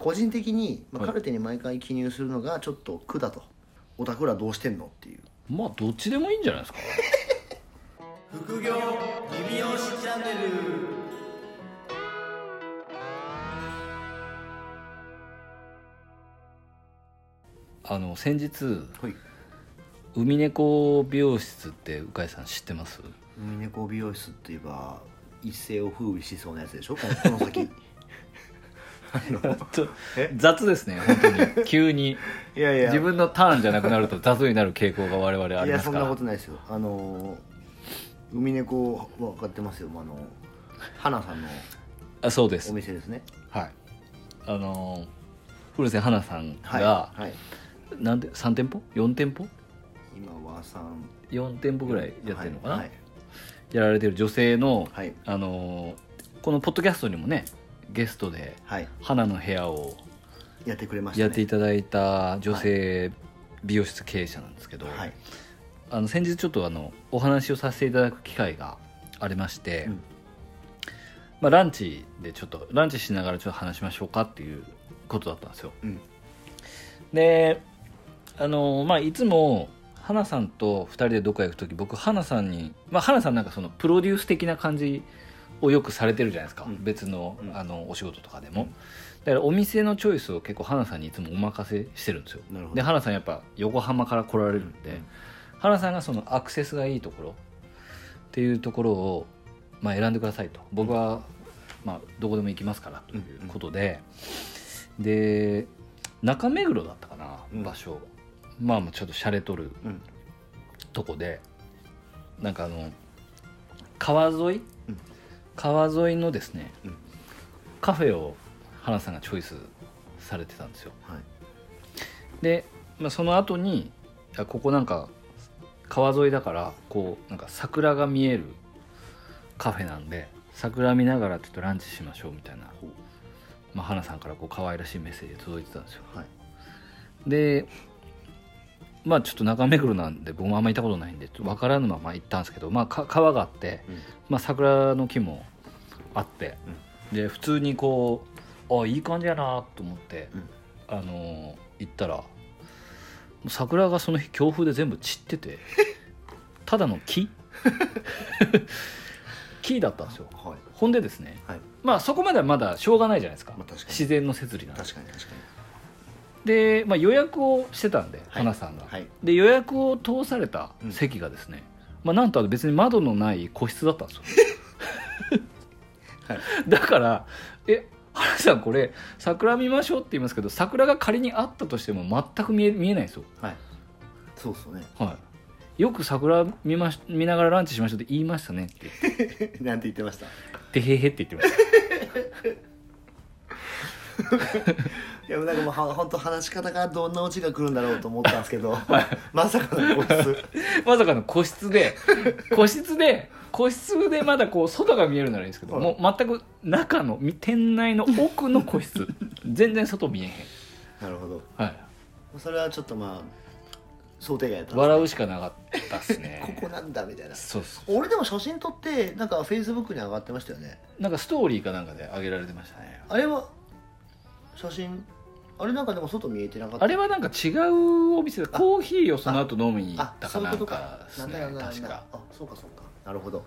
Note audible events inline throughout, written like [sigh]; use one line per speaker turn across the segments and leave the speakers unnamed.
個人的に、まあ、
はい
カルテに毎回記入するのがちょっと苦だと、オタクらどうしてんのっていう
まあどっちでもいいんじゃないですか
[laughs] 副業リビオシチャンネル
あの先日
はい
海猫美容室って鵜飼さん知ってます
海猫美容室といえば一世を風靡しそうなやつでしょこのこの
[laughs]
先あのえ
雑ですね本
[laughs]
当に急に
いやいや
自分のターンじゃなくなると雑になる傾向が我々
い
あり
や
ます
そん
か
な
ら
ことないですよあのー海猫分かってますよあの花さんの
あそうで
お
す
店ですね
はいあのー古瀬花さん
はい、
が、
はい、
なんで3店舗4店舗
今は3
4店舗ぐらいやってるのかな、
はい
やられてる女性の、
はい
あのーこのポッドキャストにもねゲストで
はい、はい
「花の部屋」を
やってくれましたね
やっていただいた女性美容室経営者なんですけど、
はい、
あの先日ちょっとあのお話をさせていただく機会がありまして、
うん
まあ、ランチでちょっとランチしながらちょっと話しましょうかっていうことだったんですよ
うん、
であのまあいつも花さんと2人でどっか行く時僕花さんに、まあ、花さんなんかそのプロデュース的な感じをよくされてるじゃないですか、
うん
別の
うん
あのお仕事とかでも、だからお店のチョイスを結構花さんにいつもお任せしてるんですよ
なるほど
で花さんやっぱ横浜から来られるんで、
うん
花さんがそのアクセスがいいところっていうところを、まあ、選んでくださいと僕は、まあ、どこでも行きますからということで、で中目黒だったかな、
うん
場所まあまあちょっと洒落とる
うん
とこでなんかあの川沿い、
うん
川沿いのですね、
うん
カフェを花さんがチョイスされてたんですよ
はい
で、まあ、その後にあここなんか川沿いだからこうなんか桜が見えるカフェなんで桜見ながらちょっとランチしましょうみたいな、
ほう
まあ、花さんからこう可愛らしいメッセージ届いてたんですよ
はい
でまあちょっと中目黒なんで僕もあんま行ったことないんでちょっと分からぬまま行ったんですけど、まあ、か川があって、
うん
まあ、桜の木もあって、で普通にこうあいい感じやなと思って、
うん
あのー行ったらもう桜がその日強風で全部散っ
[laughs]
ててただの木 [laughs] 木だったんですよ
はい
ほんでですね、
はい
まあそこまではまだしょうがないじゃないですか,、
まあ確かに
自然の摂理なんで
確かに確か
で、まあ、予約をしてたんで、花さんが、
にはい
で予約を通された席がですね、まあ、なんとあの別に窓のない個室だったん [laughs] ですよ、
はい
だからえ原さんこれ桜見ましょうって言いますけど桜が仮にあったとしても全く見え見えないんですよ、
はいそうっすよね [laughs]
はい、よく桜見まし見ながらランチしましょうって言いましたねって言って
なんて言ってました
「でへへ」って言ってました
いや
[laughs]
なんかもうは本当話し方がどんなオチが来るんだろうと思ったんですけど、
[laughs]
まさかのこいつ
[laughs] まさかの個室で [laughs] 個室で個室でまだこう外が見えるならいいんですけど、
はい
もう全く中のみ店内の奥の個 [laughs] 室全然外見えへん、
なるほど
はい、
それはちょっとまあ想定外だったんです
笑うしかなかったっす
[laughs]
ね
ここなんだみたいな
そうっす
俺でも写真撮ってなんかフェイスブックに上がってましたよね
なんかストーリーかなんかで上げられてましたね
あれは写真あれなんかでも外見えてなかった
あれはなんか違うお店でコーヒーをその後飲みに行
あ
ったか
そういう
な
こ
ん
とか
かで
な
す
ん
ね
だなんだなん
確
だ
か
あそうかそうかなるほど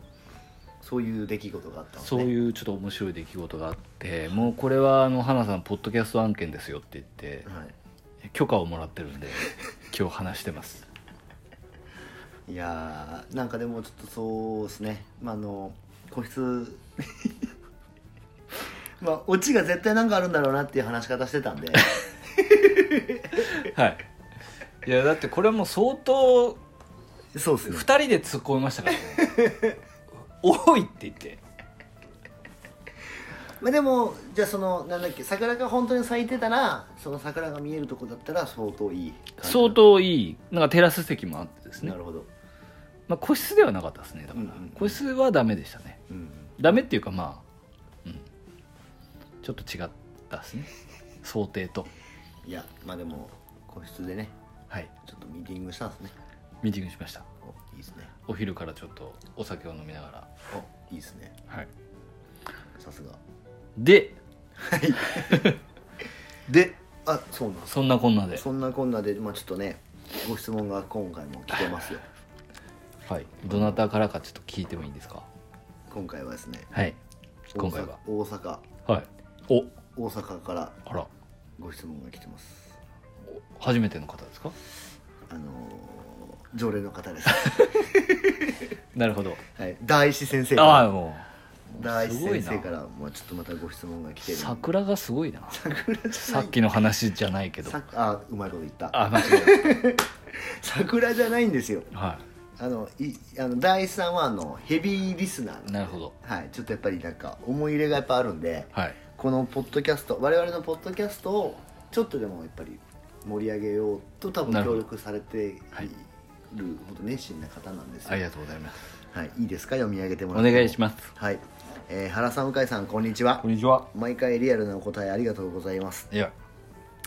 そういう出来事があったのね
そういうちょっと面白い出来事があってもうこれはあの花さんポッドキャスト案件ですよって言って
は
許可をもらってる
[laughs]
んで今日話してます
い、いやーなんかでもちょっとそうですね、まあ、あの個室 [laughs] まあオチが絶対なんかあるんだろうなっていう話し方してたんで
はい。いやだってこれはもう相当
[laughs] そうっすね
二人で突っ込みましたからね。
[laughs]
多いって言って。
まあ、でもじゃあそのなんだっけ桜が本当に咲いてたらその桜が見えるとこだったら相当いい感じ
相当いいなんかテラス席もあってですね
な。るほど、
まあ個室ではなかったですね。だから、
うんうんうん
個室はダメでしたね。
うん、
ダメっていうかまあ、うん、ちょっと違ったですね。想定と。
いやまあでも個室でね
はい。
ちょっとミーティングしたんですね
ミーティングしました。
おいいですね
お昼からちょっとお酒を飲みながら。
おいいですね
はい。
さすが
で、
はいであそうなんです
そんなこんなで
そんなこんなで、まあ、ちょっとねご質問が今回も来てますよ
はいどなたからかちょっと聞いてもいいですか
今回はですね
はい今回は
大阪
はいお
大阪から
あら
ご質問が来てます
初めての方ですか
あのー常連の方です
[laughs] なるほど
はい大石先生か
あ
ら
あもう
大
す
石
ごい
先
な
生からまあ、ちょっとまたご質問が来てるんで
桜がすごいな
桜じゃない
さっきの話じゃないけど
さあうまいこと言った
あ間違え
桜じゃないんですよ
たは
あのいあの大石さんはあのヘビーリスナーんで
いなるほど
はい、ちょっとやっぱりなんか思い入れがやっぱあるんで
はい
このポッドキャスト我々のポッドキャストをちょっとでもやっぱり盛り上げようと多分
なるほ
協
ど
力されている
はい
ほど熱心な方なんですよ
ありがとうございます
はい、いいですか読み上げても
お
らっても
願いします
はい、えー原さん向井さんこんにちは
んにちは
毎回リアルなお答えありがとうございます、
いや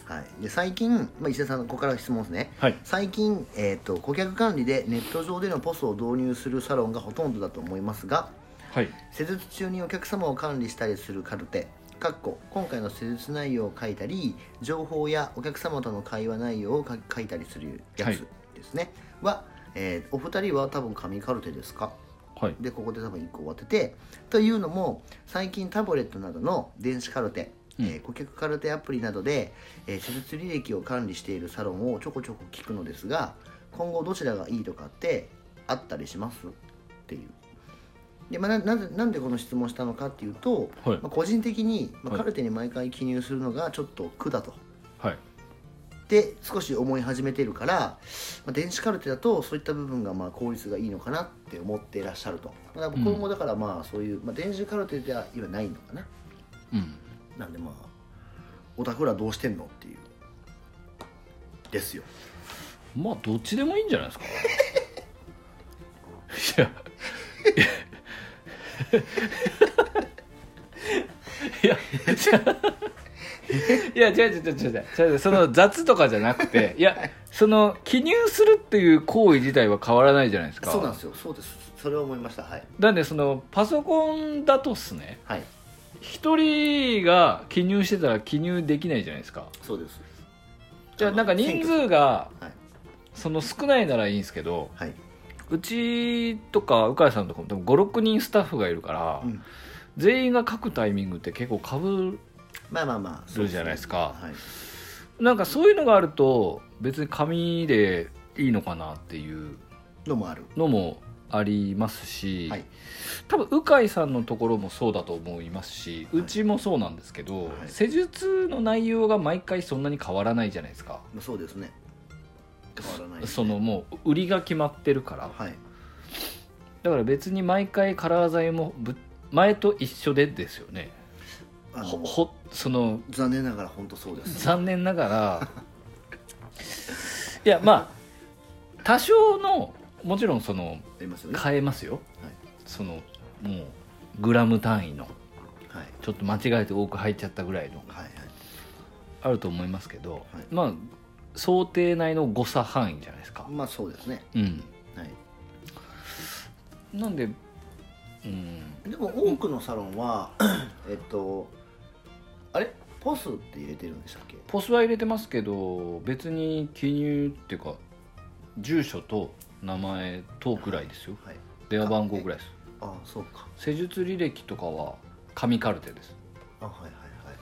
はい、で最近、まあ、伊勢さんここから質問ですね
はい
最近、えー、と顧客管理でネット上でのポスを導入するサロンがほとんどだと思いますが
はい
施術中にお客様を管理したりするカルテかっこ今回の施術内容を書いたり情報やお客様との会話内容をか書いたりするや
はい
つですねは、えーお二人は多分紙カルテですか
はい
でここで多分1個終わっててというのも最近タブレットなどの電子カルテ、
うん
えー顧客カルテアプリなどで、えー施術履歴を管理しているサロンをちょこちょこ聞くのですが今後どちらがいいとかってあったりしますっていうで、まあ、ななぜなんでこの質問したのかっていうと、
はい
まあ、個人的に、ま
は
あ、
い
カルテに毎回記入するのがちょっと苦だと。
はい
で少し思い始めているから、まあ、電子カルテだとそういった部分がまあ効率がいいのかなって思っていらっしゃるとだから今後だからまあそういう、まあ、電子カルテでは今ないのかな
うん
なんでまあオタクらどうしてんのっていうですよ
まあどっちでもいいんじゃないです [laughs] かいやいやいや違う違う違う違う違う違うその雑とかじゃなくていやその記入するっていう行為自体は変わらないじゃないですか
そうなんですよそうですそれを思いましたはい
なんでそのパソコンだとっすね
はい
一人が記入してたら記入できないじゃないですか
そうです
じゃあなんか人数が
はい
その少ないならいいんですけど
はいう
ちとか鵜飼さんとかも多分56人スタッフがいるから、
うん
全員が書くタイミングって結構かぶ
まあまあまあそう
るじゃないですか
はい、
なんかそういうのがあると別に紙でいいのかなっていう
のもある
のもありますし、
はい
多分鵜飼さんのところもそうだと思いますしうちもそうなんですけ
は
ど、
い
施術の内容が毎回そんなに変わらないじゃないですか、
まあそうですね変わらないですね
そのもう売りが決まってるから
はい
だから別に毎回カラー剤もぶ前と一緒でですよね
あ
ほ
の
ほその
残念ながら本当そうです
残念ながら [laughs] いやまあ多少のもちろんその
ありますよね
変えますよ、
はい
そのもうグラム単位の
はい
ちょっと間違えて多く入っちゃったぐらいの
はいはい
あると思いますけど、
はい
まあ想定内の誤差範囲じゃないですか
まあそうですね
うん
はい
なんでうん
でも多くのサロンはえっとあれポスって入れてるんでしたっけ
ポスは入れてますけど別に記入っていうか住所と名前とぐらいですよ
はい
電話番号ぐらいです
ああそうか
施術履歴とかは紙カルテです
あはいはいはい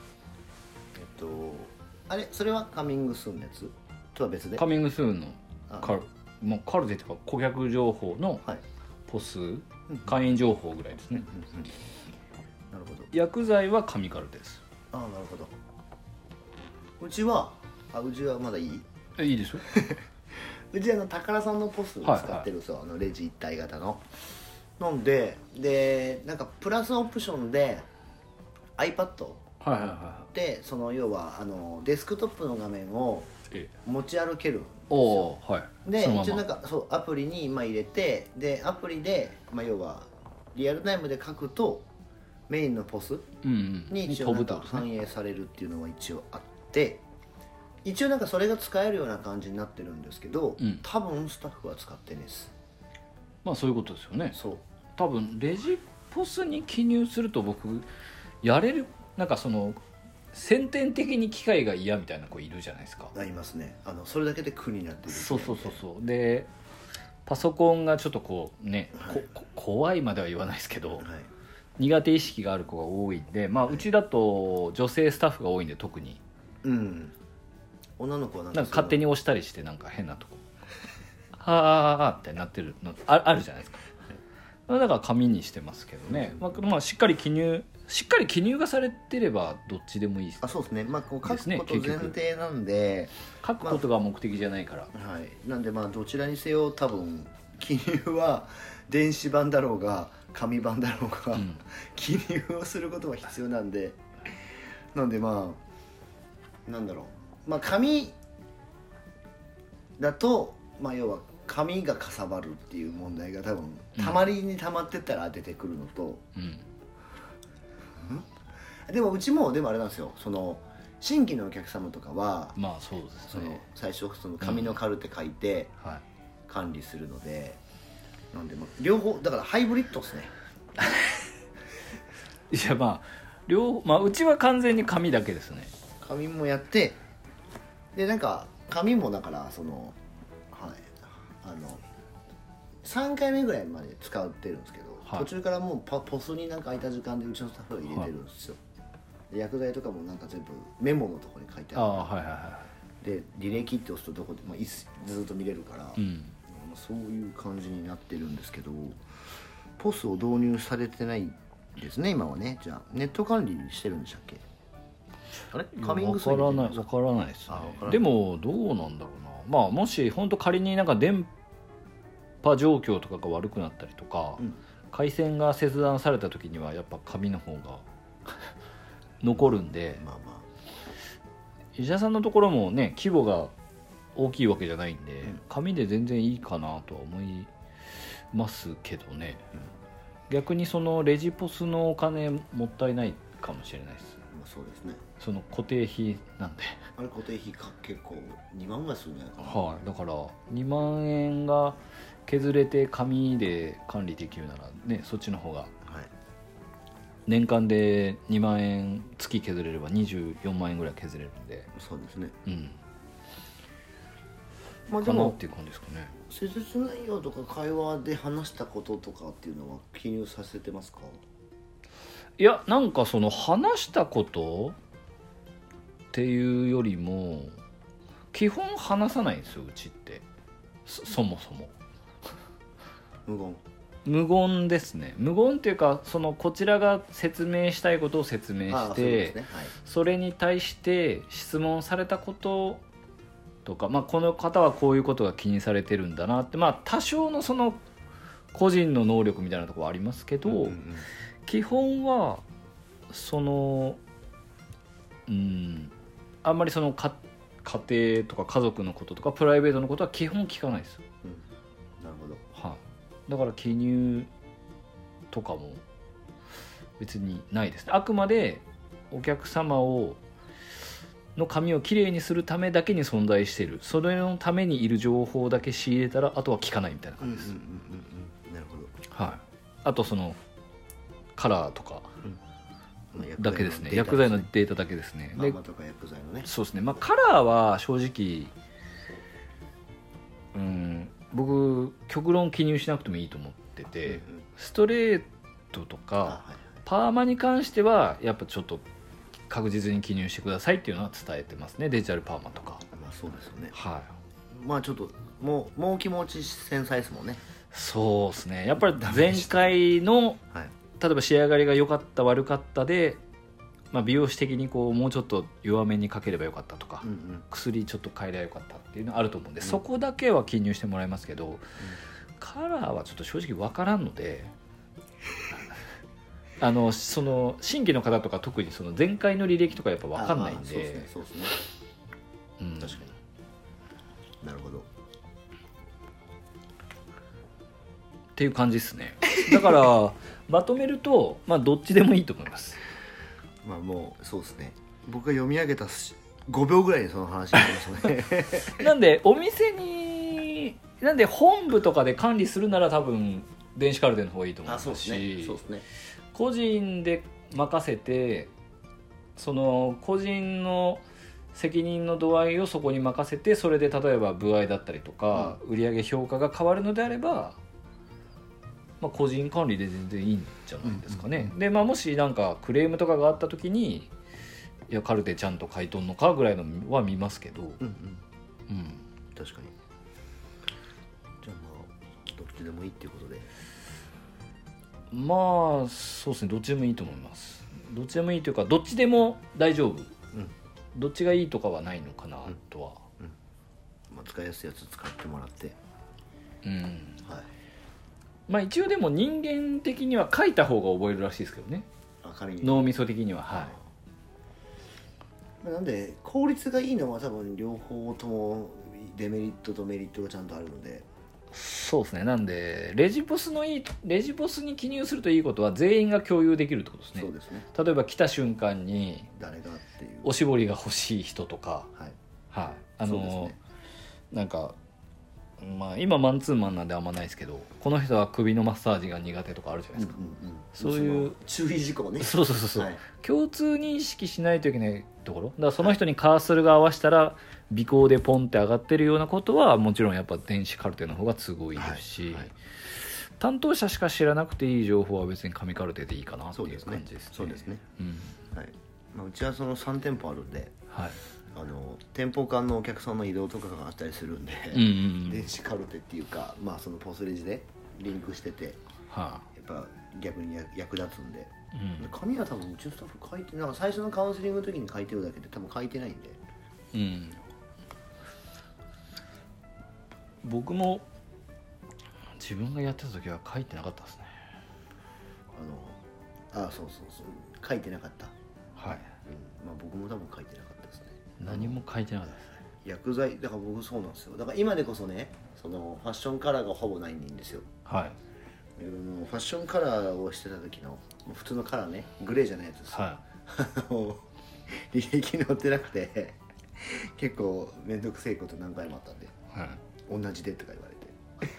えっとあれそれはカミングスーンのやつとは別で
カミングスーンの
あ
カルもうカルテっていうか顧客情報の
はい
ポス
うん
会員情報ぐらいです
うんう
ね
んうんなるほど
薬剤は紙カルテです
ああなるほどうちはあうちはまだいい
えいい
[laughs]
ですよ
うちあの宝さんのポスを使ってるんですよ、あのレジ一体型のなんででなんかプラスオプションで iPad
はいはいはいはい
でその要はあのデスクトップの画面を
え
持ち歩ける
おおーはい
で
そのまま
一応なんかそうアプリに今入れてでアプリで、まあ、要はリアルタイムで書くとメインのポス
うんうん
に
に
一応なん
飛ぶって
か
ことですね
反映されるっていうのは一応あって一応なんかそれが使えるような感じになってるんですけど、
うん
多分スタッフは使ってねえです
まあそういうことですよね
そう
多分レジポスに記入すると僕やれるなんかその先天的に機械が嫌みたいな子いるじゃないですか
ありますねあのそれだけで苦になってる
そうそうそうそうでパソコンがちょっとこうね、ここ怖いまでは言わないですけど
はい
苦手意識がある子が多いんで、まあ、うちだと女性スタッフが多いんで特に
うん女の子はなんか
なんか勝手
に
に押したりしてなんか変なとこ「はあ」ってなってるのああるじゃないですかだから紙にしてますけどね、まあまあ、しっかり記入しっかり記入がされてればどっちでもいいです
あそうですねまあこう書
で
く
すね
こと前
結局
提なんで
書くことが目的じゃないから、
はいなんでまあどちらにせよ多分記入は電子版だろうが紙版だろうが、
うん
記入をすることは必要なんでなんでまあなんだろうまあ紙だとまあ要は紙がかさばるっていう問題が多分
うん
たまりにたまってったら出てくるのと、
うん
でもうちもでもあれなんですよその新規のお客様とかは
まあそうです
その
ね
最初その紙のカルテ書いて
はい
管理するので、なんでまあ両方だからハイブリッドですね
いやまあ両、まあ、うちは完全に紙だけですね
紙もやってでなんか紙もだからそのはいあの3回目ぐらいまで使ってるんですけど、
はい
途中からもうパポスになんか空いた時間でうちのスタッフが入れてるんですよ、で薬剤とかもなんか全部メモのところに書いて
あ
あ
あはいはいは
るで履歴って押すとどこでもいつずっと見れるから、
いうん
まあそういう感じになってるんですけどポスを導入されてないですね今はねじゃあネット管理にしてるんでしたっけあれカミングス
わ
入
から
れて
な
るん
い
です
わからないですね
あわからない
でもどうなんだろうなまあもし本当仮になんか電波状況とかが悪くなったりとか、
うん
回線が切断された時にはやっぱ紙の方が [laughs] 残るんで
まあま
石田さんのところもね規模が大きいわけじゃないんで、紙で全然いいかなとは思いますけどね、逆にそのレジポスのお金もったいないかもしれないです
あ、まあそうですね
その固定費なんで
あれ固定費か結構2万ぐらいするんじゃないかな
はい、だから2万円が削れて紙で管理できるならねそっちの方が
はい
年間で2万円月削れれば24万円ぐらい削れるんで
そうですね
うん
まあで
かなっ
も
ていう感じですかね
施術内容とか会話で話したこととかっていうのは記入させてますか
いやなんかその話したことっていうよりも基本話さないんですようちってそそもそも
無言
無言ですね無言っていうかそのこちらが説明したいことを説明
ああ
し
そうで
て
すねはい
それに対して質問されたこととか、まあ、この方はこういうことが気にされてるんだなって、まあ、多少のその個人の能力みたいなところはありますけど、
んんん
基本はそのうんあんまりそのか家庭とか家族のこととかプライベートのことは基本聞かないですよ、
うんなるほど
はい、だから記入とかも別にないですねあくまでお客様をの髪をきれいにするためだけに存在しているそれのためにいる情報だけ仕入れたらあとは聞かないみたいな
うん
感
うん
じ
うん
です、
うんなるほど
はい、あとそのカラーとか
まあ薬剤の
だけですね
データ
薬剤のデータだけですね
まあ
で
まあとか薬剤のね
そうですねまあカラーは正直うん僕極論記入しなくてもいいと思ってて、
うんうん
ストレートと
あ
か
はい
パーマに関してはやっぱちょっと確実に記入してくださいっていうのは伝えてますねデジタルパーマとか
まあそうですよね
はい
まあちょっともうもう気持ち繊細ですもんね
そうですねやっぱり前回の
はい
例えば仕上がりが良かった悪かったで、まあ、美容師的にこうもうちょっと弱めにかければよかったとか、
うんうん
薬ちょっと変えりゃよかったっていうのあると思うんで、そこだけは記入してもらいますけど、カラーはちょっと正直分からんので [laughs] あのその新規の方とか特にその前回の履歴とかやっぱ分かんないん
あまあそうです
で
ねそうですね
うん
確かになるほど
っていう感じですねだから [laughs] まとめると、まあ、どっちでもいいと思います
まあもうそうですね僕が読み上げたし5秒ぐらいにその話になりましたね [laughs]
なんでお店になんで本部とかで管理するなら多分電子カ
[laughs]
ルテの方がいいと思いますし
ですね
個人で任せてその個人の責任の度合いをそこに任せてそれで例えば歩合だったりとか、売上評価が変わるのであれば、まあ、個人管理で全然いいんじゃないですかね。
うんうん
で、まあ、もしなんかクレームとかがあった時にいやカルテちゃんと書いとんのかぐらいのは見ますけど、
うんうん
うん、
確かにじゃあまあどっちでもいいっていうことで
まあそうですねどっちでもいいと思いますどっちでもいいというかどっちでも大丈夫、
うん
どっちがいいとかはないのかなとは、
まあ、使いやすいやつ使ってもらって、
うん
はい、
まあ一応でも人間的には書いた方が覚えるらしいですけどね
あ紙に
脳みそ的にははい
まあなんで効率がいいのは多分両方ともデメリットとメリットがちゃんとあるので
そうですねなんでレジボスのいいレジボスに記入するといいことは全員が共有できるってことですね
そうですね
例えば来た瞬間に
誰がっていう
おしぼりが欲しい人とか
はい
はいあの
そうですね
なんか、まあ、今マンツーマンなんであんまないですけどこの人は首のマッサージが苦手とかあるじゃないですか、
うんうんうん
そういう
その注意事項ね
[laughs] そうそうそうそう、
はい
共通認識しないといけないところだからその人にカーソルが合わせたら尾行でポンって上がってるようなことはもちろんやっぱ電子カルテの方が都合いいですし、
はいはい
担当者しか知らなくていい情報は別に紙カルテでいいかなって
そう
い
で
う
すね
感じですね。
そうですね
うん
はい、まあ、うちはその3店舗あるんで
はい
あの店舗間のお客さんの移動とかがあったりするんで、
うんうんうん
電子カルテっていうかまあそのポスレジでリンクしててや
は
っぱ逆に役立つんで
いうん
紙は多分うちのスタッフ書いてなんか最初のカウンセリングの時に書いてるだけで多分書いてないんで
うん僕も自分がやってた時は書いてなかったですね
あのあそうそうそう書いてなかった、うん
はい
まあ、僕も多分書いてなかったですね
何も書いてなかったですね
薬剤だから僕そうなんですよだから今でこそねそのファッションカラーがほぼないんですよ
はい
あのファッションカラーをしてた時の普通のカラーねグレーじゃないやつです、
は
あの履歴に載ってなくて結構面倒くせえこと何回もあったんで
い、は
同じでとか言われて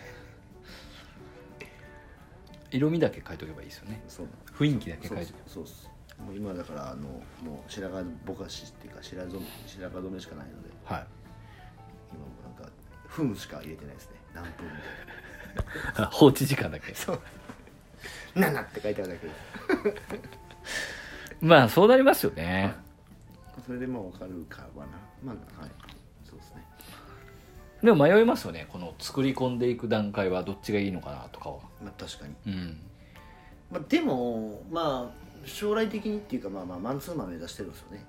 い、色味だけ書いとけばいいですよね
そう
雰囲気だけ書
そう
い
っ
と
すそうっすもう今だからあのもう白髪ぼかしっていうか白髪染め白髪染めしかないので
けはい [laughs]
今もなんか分しか入れてないですね何分みたい
あ放置時間だけ
な7って書いてあるだけで
まあそうなりますよね、
それでまあ分かるかはなまあはいそうですね
でも迷いますよねこの作り込んでいく段階はどっちがいいのかなとかは
まあ確かに、
うん
まあ、でもまあ将来的にっていうかまあまあマンツーマン目指してるんですよね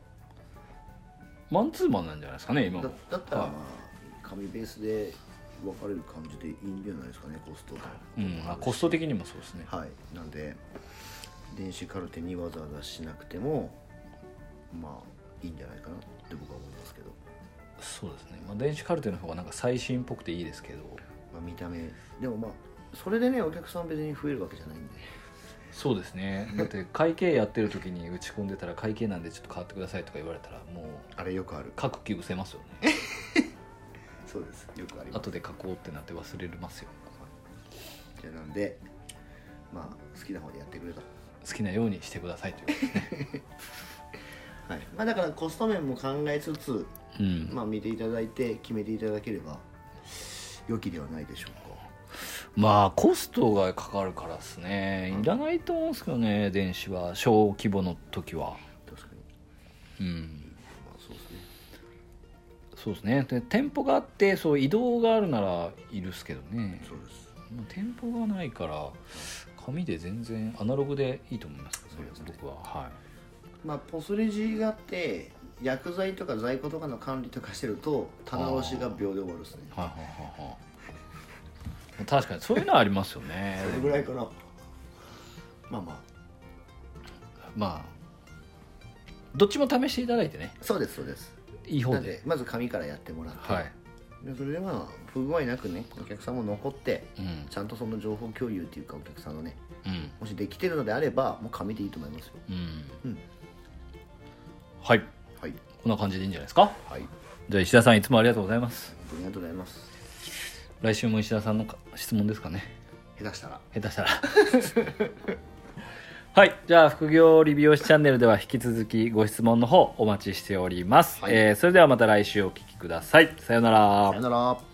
マンツーマンなんじゃないですかね今
だ
も
だったらま
はい
あ紙ベースで分かれる感じでいいんじゃないですかねコストと
うん、あコスト的にもそうですね
はいなんで電子カルテにわざわざしなくてもまあいいんじゃないかなって僕は思いますけど、
そうですね、まあ、電子カルテの方がなんか最新っぽくていいですけど
まあ、見た目でもまあそれでねお客さん別に増えるわけじゃないんで
そうですねだって会計やってる時に打ち込んでたら会計なんでちょっと変わってくださいとか言われたらもう
あれよくある
書く気失せますよね
そうですよくあります
後で書こうってなって忘れますよ
じゃあなんでまあ好きな方でやってくれと
好きなようにしてくださいということで
[laughs]
すね
はいまあだからコスト面も考えつつ
うん
まあ見ていただいて決めていただければ良きではないでしょうか
まあコストがかかるからですねいらないと思うんですけどね電子は小規模の時は
確かに
うん
まあそうですね
そうですねで店舗があってそう移動があるならいるっすけどね
そうです
もう店舗がないから紙で全然アナログでいいと思いますけどね
そうですね
僕はは
まあ、ポスレジがあって薬剤とか在庫とかの管理とかしてると棚卸しが秒で終わるですね
いはいはいはいはい確かにそういうのはありますよね
[laughs] それぐらいかなまあまあ
まあどっちも試していただいてね
そうですそうです
いい方
なん
で
でまず紙からやってもらって、
はい、
でそれでまあ不具合なくねお客さんも残って
うん
ちゃんとその情報共有っていうかお客さんのね
うん
もしできてるのであればもう紙でいいと思いますよ
うん
うん
はい
はい
こんな感じでいいんじゃないですか
はい
じゃあ石田さんいつもありがとうございます
本当にありがとうございます
来週も石田さんのか質問ですかね
下手したら
下手したら [laughs] はいじゃあ副業理美容師チャンネルでは引き続きご質問の方お待ちしております、
はい
えーそれではまた来週お聞きくださいさようなら
さよなら